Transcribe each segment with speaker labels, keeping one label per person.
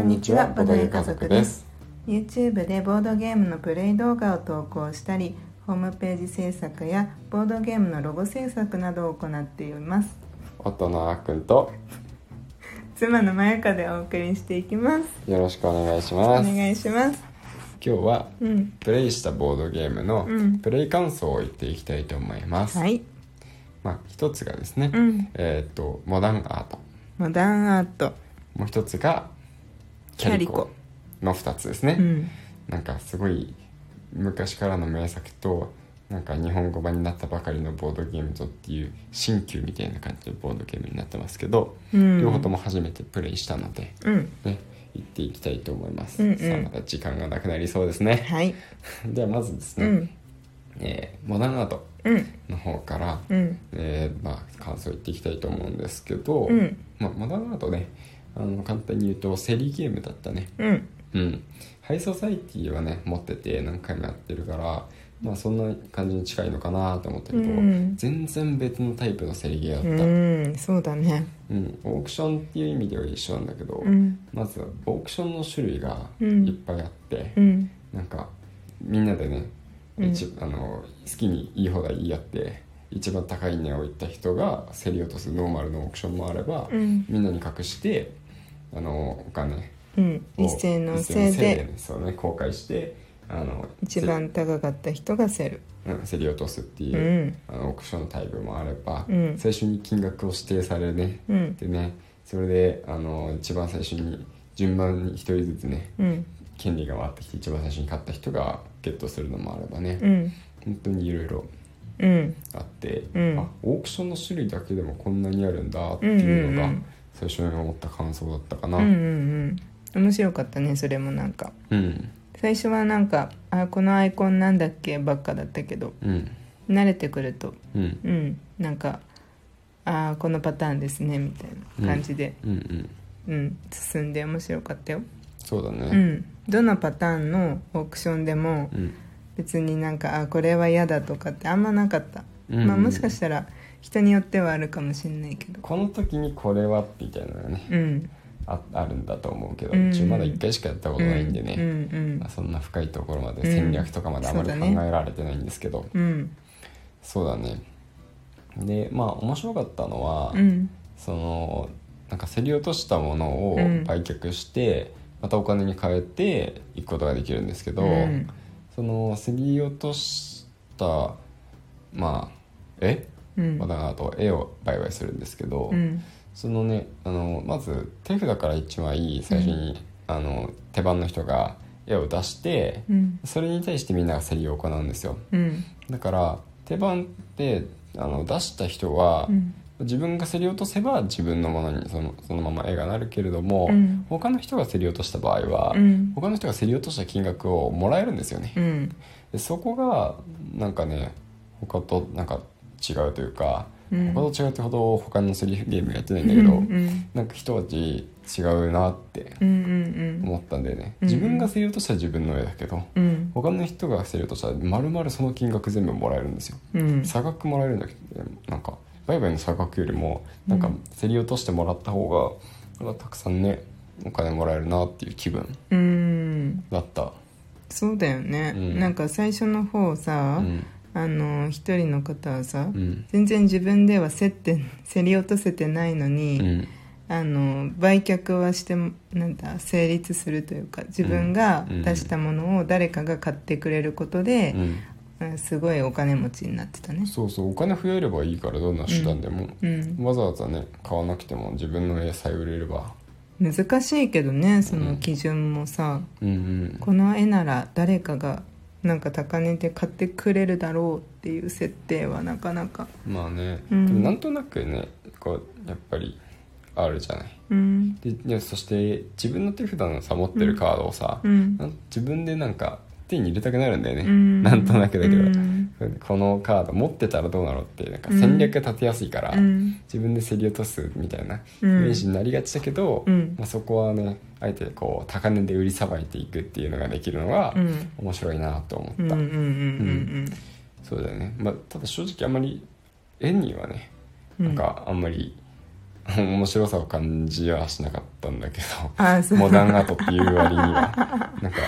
Speaker 1: んにちはボドゲ家族です
Speaker 2: YouTube でボードゲームのプレイ動画を投稿したりホームページ制作やボードゲームのロゴ制作などを行っています
Speaker 1: 夫のあっくんと
Speaker 2: 妻のまやかでお送りしていきます
Speaker 1: よろしくお願いし
Speaker 2: お
Speaker 1: ます
Speaker 2: 願いします
Speaker 1: 今日は
Speaker 2: うん
Speaker 1: プレイしたボードゲームの
Speaker 2: うん
Speaker 1: プレイ感想を言っていきたいと思います、
Speaker 2: はい
Speaker 1: まあ一つがですね、
Speaker 2: うん
Speaker 1: えーっとモダンアート
Speaker 2: モダンアート
Speaker 1: もう一つがキャリコの二つですね、
Speaker 2: うん
Speaker 1: なんかすごい昔からの名作となんか日本語版になったばかりのボードゲームとっていう新旧みたいな感じのボードゲームになってますけど、
Speaker 2: うん
Speaker 1: 両方とも初めてプレイしたので、
Speaker 2: うん
Speaker 1: ね、行っていきたいと思います、
Speaker 2: うんうん
Speaker 1: さあまた時間がなくなりそうですね
Speaker 2: はい
Speaker 1: ではまずです
Speaker 2: う
Speaker 1: ね、
Speaker 2: ん
Speaker 1: えーモダンアート
Speaker 2: うん
Speaker 1: の方から、
Speaker 2: うん
Speaker 1: えーまあ、感想言っていきたいと思うんですけど、
Speaker 2: うん
Speaker 1: まあ、モダンアートねあの簡単に言うとセリーゲームだったね
Speaker 2: うん
Speaker 1: うん、ハイソサイティはね持ってて何回もやってるから、まあ、そんな感じに近いのかなと思ったけど、
Speaker 2: うん
Speaker 1: 全然別のタイプのセリゲーだった、うん
Speaker 2: うんそうだね
Speaker 1: オークションっていう意味では一緒なんだけど、
Speaker 2: うん
Speaker 1: まずオークションの種類が
Speaker 2: うん
Speaker 1: いっぱいあって、
Speaker 2: うん
Speaker 1: なんかみんなでね、
Speaker 2: うん
Speaker 1: 一あの好きにいい放題言い合って一番高い値を言った人が競り落とすノーマルのオークションもあれば、
Speaker 2: うん
Speaker 1: みんなに隠してあのお金
Speaker 2: うん一斉のせいで
Speaker 1: そうね公開してあの
Speaker 2: 一番高かった人がセル
Speaker 1: せうん競り落とすっていうう、
Speaker 2: ん
Speaker 1: あのオークションのタイプもあれば、
Speaker 2: うん
Speaker 1: 最初に金額を指定されね、
Speaker 2: うん
Speaker 1: でねそれであの一番最初に順番に一人ずつね
Speaker 2: うん
Speaker 1: 権利が回ってきて一番最初に買った人がゲットするのもあればね、
Speaker 2: うん
Speaker 1: 本当にいろいろ
Speaker 2: うん
Speaker 1: あって、
Speaker 2: うん
Speaker 1: あオークションの種類だけでもこんなにあるんだっていうの
Speaker 2: うん
Speaker 1: が
Speaker 2: うんうん
Speaker 1: 最初に思った感想だったかな。
Speaker 2: うんうんうん面白かったねそれもなんか
Speaker 1: うん、
Speaker 2: 最初はなんか「あこのアイコンなんだっけ?」ばっかだったけど
Speaker 1: うん、
Speaker 2: 慣れてくると
Speaker 1: うん、
Speaker 2: うんなんか「あこのパターンですね」みたいな感じで、
Speaker 1: うん、うん、
Speaker 2: うん進んで面白かったよ、
Speaker 1: そうだ
Speaker 2: う
Speaker 1: ね。
Speaker 2: ん、どのパターンのオークションでも
Speaker 1: うん
Speaker 2: 別になんか「あこれは嫌だ」とかってあんまなかった、
Speaker 1: うん
Speaker 2: まあ、もしかしたら人によってはあるかもしれないけど
Speaker 1: この時にこれはみたいなのがね
Speaker 2: うん
Speaker 1: ああるんだと思うけど、
Speaker 2: う
Speaker 1: うんちまだ1回しかやったことないんでね、
Speaker 2: うんうん
Speaker 1: まあ、そんな深いところまで戦略とかまであまり
Speaker 2: うん
Speaker 1: 考
Speaker 2: そうだね
Speaker 1: えられてないんですけど、
Speaker 2: うん
Speaker 1: そうだねでまあ面白かったのは、
Speaker 2: うん
Speaker 1: そのなんか競り落としたものを
Speaker 2: うん
Speaker 1: 売却して、またお金に変えていくことができるんですけど、
Speaker 2: うん
Speaker 1: その競り落としたまあ絵
Speaker 2: うん
Speaker 1: まだあと絵を売買するんですけど、
Speaker 2: うん
Speaker 1: そのねあのまず手札から一枚最初に、あの手番の人が絵を出して、
Speaker 2: うん
Speaker 1: それに対してみんなが競りを行うんですよ
Speaker 2: うん
Speaker 1: だから手番ってあの出した人は、
Speaker 2: うん
Speaker 1: 自分が競り落とせば自分のものにそのそのまま絵がなるけれども、
Speaker 2: うん
Speaker 1: 他の人が競り落とした場合は、
Speaker 2: うん
Speaker 1: 他の人が競り落とした金額をもらえるんですよね。
Speaker 2: うん
Speaker 1: でそこがなんかね他となんか違うというか、
Speaker 2: うん
Speaker 1: 他と違うってほど他のセリフゲームやってないんだけど、
Speaker 2: うんうん
Speaker 1: なんか一味違うなって
Speaker 2: うんうん
Speaker 1: 思ったんだよね、
Speaker 2: うん
Speaker 1: 自分がセリフとしたら自分の絵だけど、
Speaker 2: うんうん
Speaker 1: 他の人がセリフとしたら丸々その金額全部もらえるんですよ
Speaker 2: うん
Speaker 1: 差額もらえるんだけどなんか売買の差額よりもなんか競り落としてもらった方がなんかたくさんねお金もらえるなっていう気分
Speaker 2: うん
Speaker 1: だった、
Speaker 2: そうだよね、
Speaker 1: うん
Speaker 2: なんか最初の方さ、
Speaker 1: うん
Speaker 2: あの一人の方はさ、
Speaker 1: うん
Speaker 2: 全然自分では競って競り落とせてないのに、
Speaker 1: うん
Speaker 2: あの売却はしてもなんだ成立するというか自分が
Speaker 1: うん
Speaker 2: 出したものを誰かが買ってくれることで
Speaker 1: う、ん
Speaker 2: うんすごいお金持ちになってたね
Speaker 1: そうそうお金増えればいいからどんな手段でも、
Speaker 2: うん
Speaker 1: わざわざね買わなくても自分の絵さえ売れれば
Speaker 2: 難しいけどねその基準もさ、
Speaker 1: うんうん
Speaker 2: この絵なら誰かがなんか高値で買ってくれるだろうっていう設定はなかなか
Speaker 1: まあね、
Speaker 2: うん
Speaker 1: でもなんとなくねこうやっぱりあるじゃない
Speaker 2: うん
Speaker 1: ででそして自分の手札のさ持ってるカードをさ、
Speaker 2: うん
Speaker 1: なん自分でなんか手に入れたくなるんだよね、
Speaker 2: うん
Speaker 1: なんとなくだけど、
Speaker 2: うん
Speaker 1: このカード持ってたらどうなのってなんか戦略が立てやすいから、
Speaker 2: うん
Speaker 1: 自分で競り落とすみたいなイ
Speaker 2: う
Speaker 1: メ
Speaker 2: ん
Speaker 1: ージになりがちだけど、
Speaker 2: うん
Speaker 1: まあ、そこはねあえてこう高値で売りさばいていくっていうのができるのが
Speaker 2: うん
Speaker 1: 面白いなと思
Speaker 2: うん
Speaker 1: っ
Speaker 2: うんう
Speaker 1: た、
Speaker 2: んうん
Speaker 1: そうだよね、まあ、ただ正直あんまり絵にはねなんかあんまり、面白さを感じはしなかったんだけ
Speaker 2: あそ
Speaker 1: ど
Speaker 2: う
Speaker 1: モダンアートっていう割に はなんか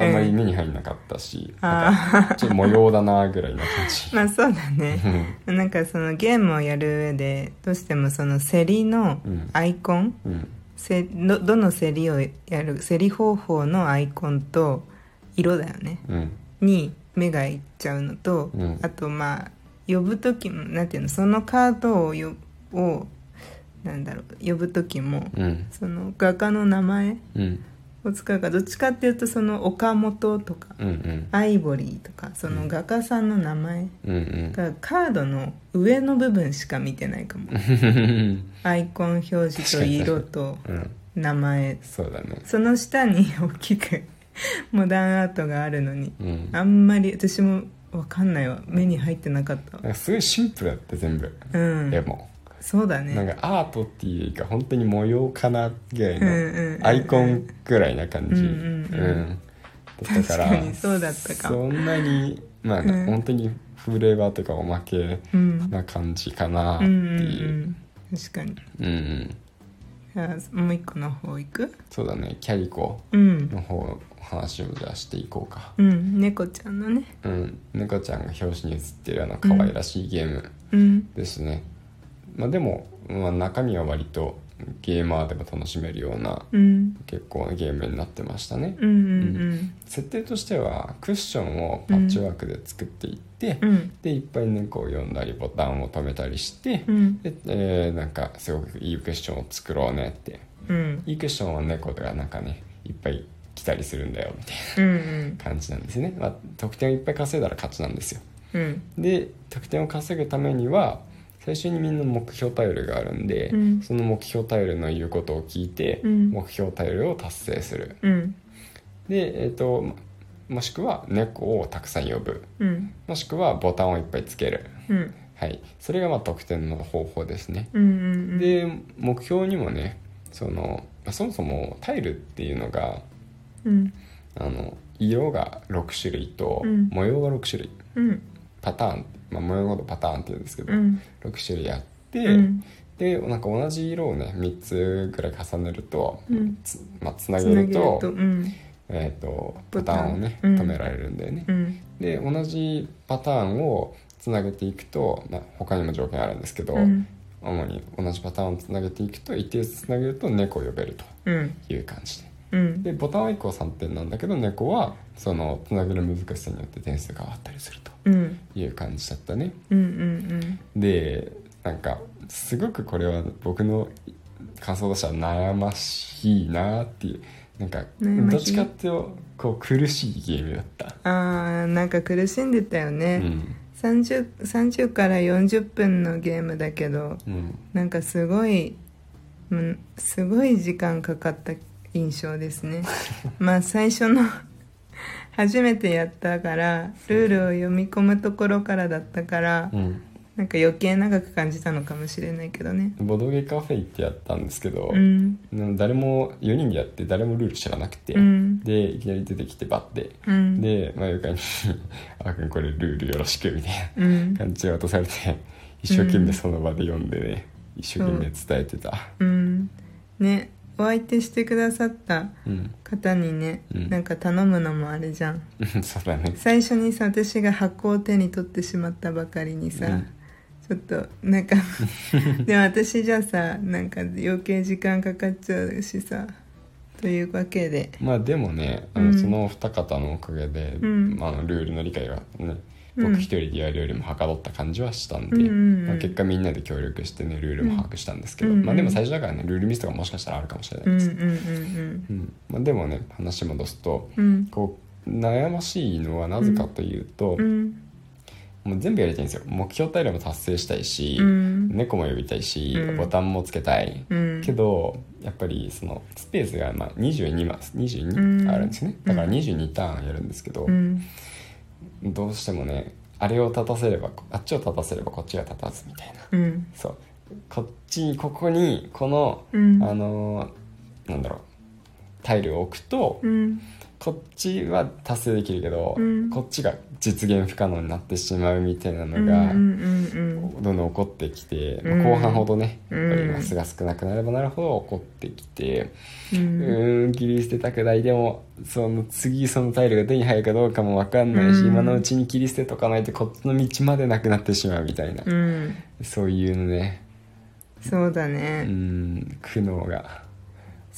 Speaker 1: あんまり
Speaker 2: ええ
Speaker 1: 目に入んなかったし、
Speaker 2: あ
Speaker 1: なんかちょっと模様だなぐらいな感 じ、
Speaker 2: まあそうだねなんかそのゲームをやる上でどうしてもその競りの
Speaker 1: うん
Speaker 2: アイコン、
Speaker 1: うん、
Speaker 2: せどどの競りをやる競り方法のアイコンと色だよね
Speaker 1: うん
Speaker 2: に目がいっちゃうのと、
Speaker 1: うん
Speaker 2: あとまあ呼ぶ時もなんていうのそのカードをよをなんだろう呼ぶ時も
Speaker 1: うん
Speaker 2: その画家の名前
Speaker 1: うん
Speaker 2: を使うかどっちかっていうとその岡本とか
Speaker 1: うんうん
Speaker 2: アイボリーとかその画家さんの名前
Speaker 1: うんうん
Speaker 2: がカードの上の部分しか見てないかも
Speaker 1: うん
Speaker 2: アイコン表示と色と
Speaker 1: うん
Speaker 2: 名前
Speaker 1: そうだね
Speaker 2: その下に大きくモダンアートがあるのに
Speaker 1: うん
Speaker 2: あんまり私も分かんないわ目に入ってなかったわ
Speaker 1: なんかすごいシンプルだって全部、
Speaker 2: うん
Speaker 1: でも
Speaker 2: そうだね
Speaker 1: なんかアートっていうよりか本当に模様かなぐらい
Speaker 2: うんうんうんうん
Speaker 1: のアイコンぐらいな感じ
Speaker 2: う
Speaker 1: うんん
Speaker 2: うんうん
Speaker 1: だったから
Speaker 2: 確かにそうだったか
Speaker 1: そんなにまあ、
Speaker 2: うん
Speaker 1: 本当にフレーバーとかおまけ
Speaker 2: うん
Speaker 1: な感じかなっ
Speaker 2: う
Speaker 1: て
Speaker 2: ん
Speaker 1: いう
Speaker 2: うん確かに
Speaker 1: うん、うん
Speaker 2: じゃあもう一個の方行く
Speaker 1: そうだねキャリコ
Speaker 2: うん
Speaker 1: の方の話をじゃあしていこうか
Speaker 2: うん猫ちゃんのね
Speaker 1: うん猫ちゃんが表紙に写ってるあの可愛らしいゲーム、
Speaker 2: うん
Speaker 1: ですね、まあ、でも、まあ、中身は割とゲーマーでも楽しめるような
Speaker 2: うん
Speaker 1: 結構なゲームになってましたね、
Speaker 2: うんうん
Speaker 1: 設定としてはクッションをパッチワークで作っていって、
Speaker 2: うんうん
Speaker 1: でいっぱい猫を呼んだりボタンを止めたりして、
Speaker 2: うん
Speaker 1: でえーなんかすごくいいクッションを作ろうねって
Speaker 2: うん
Speaker 1: いいクッションは猫がなんかねいっぱい来たりするんだよみたい
Speaker 2: うん
Speaker 1: な感じなんですね、まあ、得点をいっぱい稼いだら勝ちなんですよ
Speaker 2: うん
Speaker 1: で得点を稼ぐためには最初にみんな目標タイルがあるんで、
Speaker 2: うん
Speaker 1: その目標タイルの言うことを聞いて、
Speaker 2: うん
Speaker 1: 目標タイルを達成する
Speaker 2: うん
Speaker 1: で、えー、とももしくは猫をたくさん呼ぶ
Speaker 2: うん
Speaker 1: もしくはボタンをいっぱいつける、
Speaker 2: うん
Speaker 1: はい、それがまあ得点の方法ですね、
Speaker 2: うんうんうん
Speaker 1: で目標にもねそのまあそもそもタイルっていうのが
Speaker 2: うん
Speaker 1: あの色が6種類と
Speaker 2: うん
Speaker 1: 模様が6種類、
Speaker 2: うん
Speaker 1: パターン、まあ、模様ごとパターンって言うんですけど、
Speaker 2: うん
Speaker 1: 6種類あって、
Speaker 2: うん
Speaker 1: でなんか同じ色をね3つぐらい重ねると、
Speaker 2: うん
Speaker 1: つまあ、つな
Speaker 2: つ
Speaker 1: げ
Speaker 2: な
Speaker 1: る
Speaker 2: げる
Speaker 1: と
Speaker 2: とうん
Speaker 1: えー、と
Speaker 2: ボ
Speaker 1: ボ
Speaker 2: タン
Speaker 1: タンをね
Speaker 2: うん
Speaker 1: 止められるんだよね
Speaker 2: う、ん
Speaker 1: で同じパターンをつなげていくと、まあ、他にも条件あるんですけど、
Speaker 2: うん
Speaker 1: 主に同じパターンをつなげていくと一定数つなげると猫を呼べる
Speaker 2: うん
Speaker 1: という感じで。
Speaker 2: うん
Speaker 1: でボタンは1個3点なんだけど猫はそのつなげる難しさによって点数が変わったりすると
Speaker 2: うん
Speaker 1: いう感じだったね。
Speaker 2: うんうん
Speaker 1: でなんかすごくこれは僕の感想としては悩ましいなっていうなんか
Speaker 2: 悩ましい
Speaker 1: どっちかっていうとこう苦しいゲームだった、
Speaker 2: うんあーなんか苦しんでたよ
Speaker 1: う
Speaker 2: ね、
Speaker 1: ん
Speaker 2: 30, 30から40分のゲームだけど
Speaker 1: うん、
Speaker 2: なんかすごい、うん、すごい時間かかった印象ですねまあ最初の初めてやったからルールを読み込むところからだったから、
Speaker 1: うん、
Speaker 2: なんか余計長く感じたのかもしれないけどね
Speaker 1: ボドゲカフェ行ってやったんですけど、
Speaker 2: うん
Speaker 1: でも誰も4人でやって誰もルール知らなくて、
Speaker 2: うん
Speaker 1: でいきなり出てきてバッて、
Speaker 2: うん
Speaker 1: でまゆかに「 あーくんこれルールよろしく」みたいな
Speaker 2: うん
Speaker 1: 感じで渡されて一生懸命その場で読んでね、一生懸命伝えてた。
Speaker 2: うんねお相手してくださった
Speaker 1: うん
Speaker 2: 方にね、
Speaker 1: うん
Speaker 2: なんか頼むのもあれじゃん
Speaker 1: うん そうだね
Speaker 2: 最初にさ私が箱を手に取ってしまったばかりにさ、
Speaker 1: うん
Speaker 2: ちょっとなん かでも私じゃさなんか余計時間かかっちゃうしさというわけで
Speaker 1: まあでもねあの、
Speaker 2: うん
Speaker 1: そのお二方のおかげで、
Speaker 2: うん
Speaker 1: まあ、あのルールの理解はね
Speaker 2: うん
Speaker 1: 僕一人でやるよりもはかどった感じはしたんで、
Speaker 2: うんうんうん
Speaker 1: まあ、結果みんなで協力してねルールも把握したんですけど、
Speaker 2: うんうん
Speaker 1: まあでも最初だからねルールミスとかもしかしたらあるかもしれな
Speaker 2: う
Speaker 1: い
Speaker 2: ん
Speaker 1: で
Speaker 2: うん
Speaker 1: す、
Speaker 2: うん
Speaker 1: うんまあ、でもね話戻すと
Speaker 2: うん
Speaker 1: こう悩ましいのはなぜかというと、
Speaker 2: うん
Speaker 1: もう全部やりたいんですよ目標体量も達成したいし、
Speaker 2: うん
Speaker 1: 猫も呼びたいし、
Speaker 2: うん
Speaker 1: ボタンもつけたい、
Speaker 2: うん
Speaker 1: けどやっぱりそのスペースがまあ22マス
Speaker 2: うん
Speaker 1: 22あるんですね、だから
Speaker 2: うん
Speaker 1: 22ターンやるんですけど、
Speaker 2: うん
Speaker 1: どうしてもねあれを立たせればあっちを立たせればこっちが立たずみたいな
Speaker 2: うん
Speaker 1: そうこっちにここにこの、
Speaker 2: うん
Speaker 1: あのーなんだろうタイルを置くと、
Speaker 2: うん
Speaker 1: こっちは達成できるけど、
Speaker 2: うん
Speaker 1: こっちが実現不可能になってしまうみたいな
Speaker 2: う
Speaker 1: の
Speaker 2: んう
Speaker 1: が、
Speaker 2: んうん
Speaker 1: どんどん起こってきて、まあ
Speaker 2: うん
Speaker 1: 後半ほどね、
Speaker 2: うん
Speaker 1: やっぱりマスが少なくなればなるほど起こってきて、
Speaker 2: う
Speaker 1: うんーん切り捨てたくないでもその次そのタイルが手に入るかどうかも分かんないし、
Speaker 2: うん
Speaker 1: 今のうちに切り捨てとかないとこっちの道までなくなってしまうみたいな、
Speaker 2: うん
Speaker 1: そういうのね
Speaker 2: そうだ
Speaker 1: う
Speaker 2: ね、
Speaker 1: ん苦悩が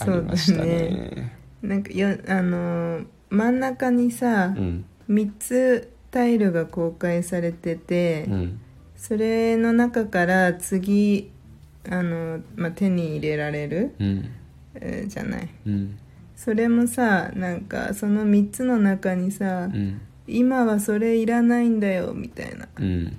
Speaker 1: あ
Speaker 2: そ
Speaker 1: り
Speaker 2: う
Speaker 1: まし
Speaker 2: だ
Speaker 1: た
Speaker 2: ね
Speaker 1: ね。
Speaker 2: なんかよあのー真ん中にさ、
Speaker 1: うん
Speaker 2: 3つタイルが公開されてて、
Speaker 1: うん
Speaker 2: それの中から次あの、まあ、手に入れられる、
Speaker 1: うん
Speaker 2: えーじゃない
Speaker 1: うん
Speaker 2: それもさなんかその3つの中にさ、
Speaker 1: うん
Speaker 2: 今はそれいらないんだよみたいな
Speaker 1: うん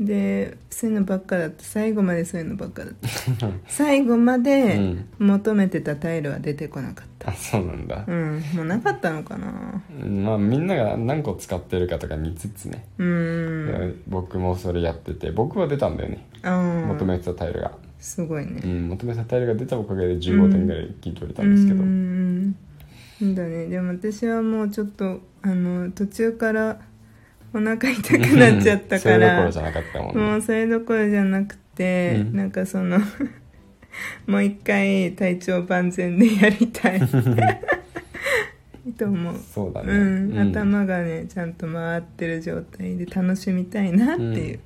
Speaker 2: でそういうのばっかだった最後までそういうのばっかだった 最後まで求めてたタイルは出てこなかっ
Speaker 1: あそうなんだ
Speaker 2: た、うんもうなかったのかな
Speaker 1: うんまあみんなが何個使ってるかとか見つつね、
Speaker 2: うーん
Speaker 1: 僕もそれやってて僕は出たんだよね、
Speaker 2: あ
Speaker 1: 求
Speaker 2: あ
Speaker 1: めてたタイルが、
Speaker 2: すごいね
Speaker 1: うん、求めてたタイルが出たおかげで15点ぐらい切り取れたんですけど、
Speaker 2: う ーんそうだねでも私はもうちょっとあの途中からお腹痛くなっちゃったか
Speaker 1: それどころ
Speaker 2: ら
Speaker 1: じゃなかったもん
Speaker 2: も
Speaker 1: ね
Speaker 2: うそれどころじゃなくて、
Speaker 1: うん
Speaker 2: なんかその もう一回体調万全でや りたいと思う。
Speaker 1: そうだね、
Speaker 2: うん
Speaker 1: うん
Speaker 2: 頭がねちゃんと回ってる状態で楽しみたいなっていう、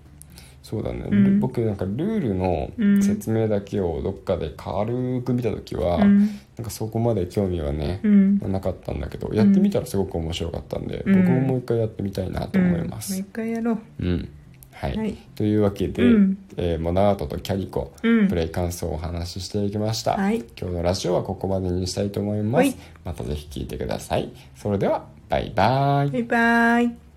Speaker 1: そうだね、
Speaker 2: うん
Speaker 1: 僕なんかルールの
Speaker 2: うん
Speaker 1: 説明だけをどっかで軽く見た時は、
Speaker 2: うん
Speaker 1: なんかそこまで興味はね、
Speaker 2: うん
Speaker 1: なかったんだけどやってみたらすごく面白かったんで、
Speaker 2: うん
Speaker 1: 僕ももう一回やってみたいなと思います、
Speaker 2: うんもう一回やろう
Speaker 1: うんはい、
Speaker 2: はい
Speaker 1: というわけで、
Speaker 2: うん
Speaker 1: えーモナートとキャリコ、
Speaker 2: うん
Speaker 1: プレイ感想をお話ししていきました、
Speaker 2: はい
Speaker 1: 今日のラジオはここまでにしたいと思いま
Speaker 2: は
Speaker 1: す、
Speaker 2: い
Speaker 1: またぜひ聞いてくださいそれではバイバイ
Speaker 2: バイバイ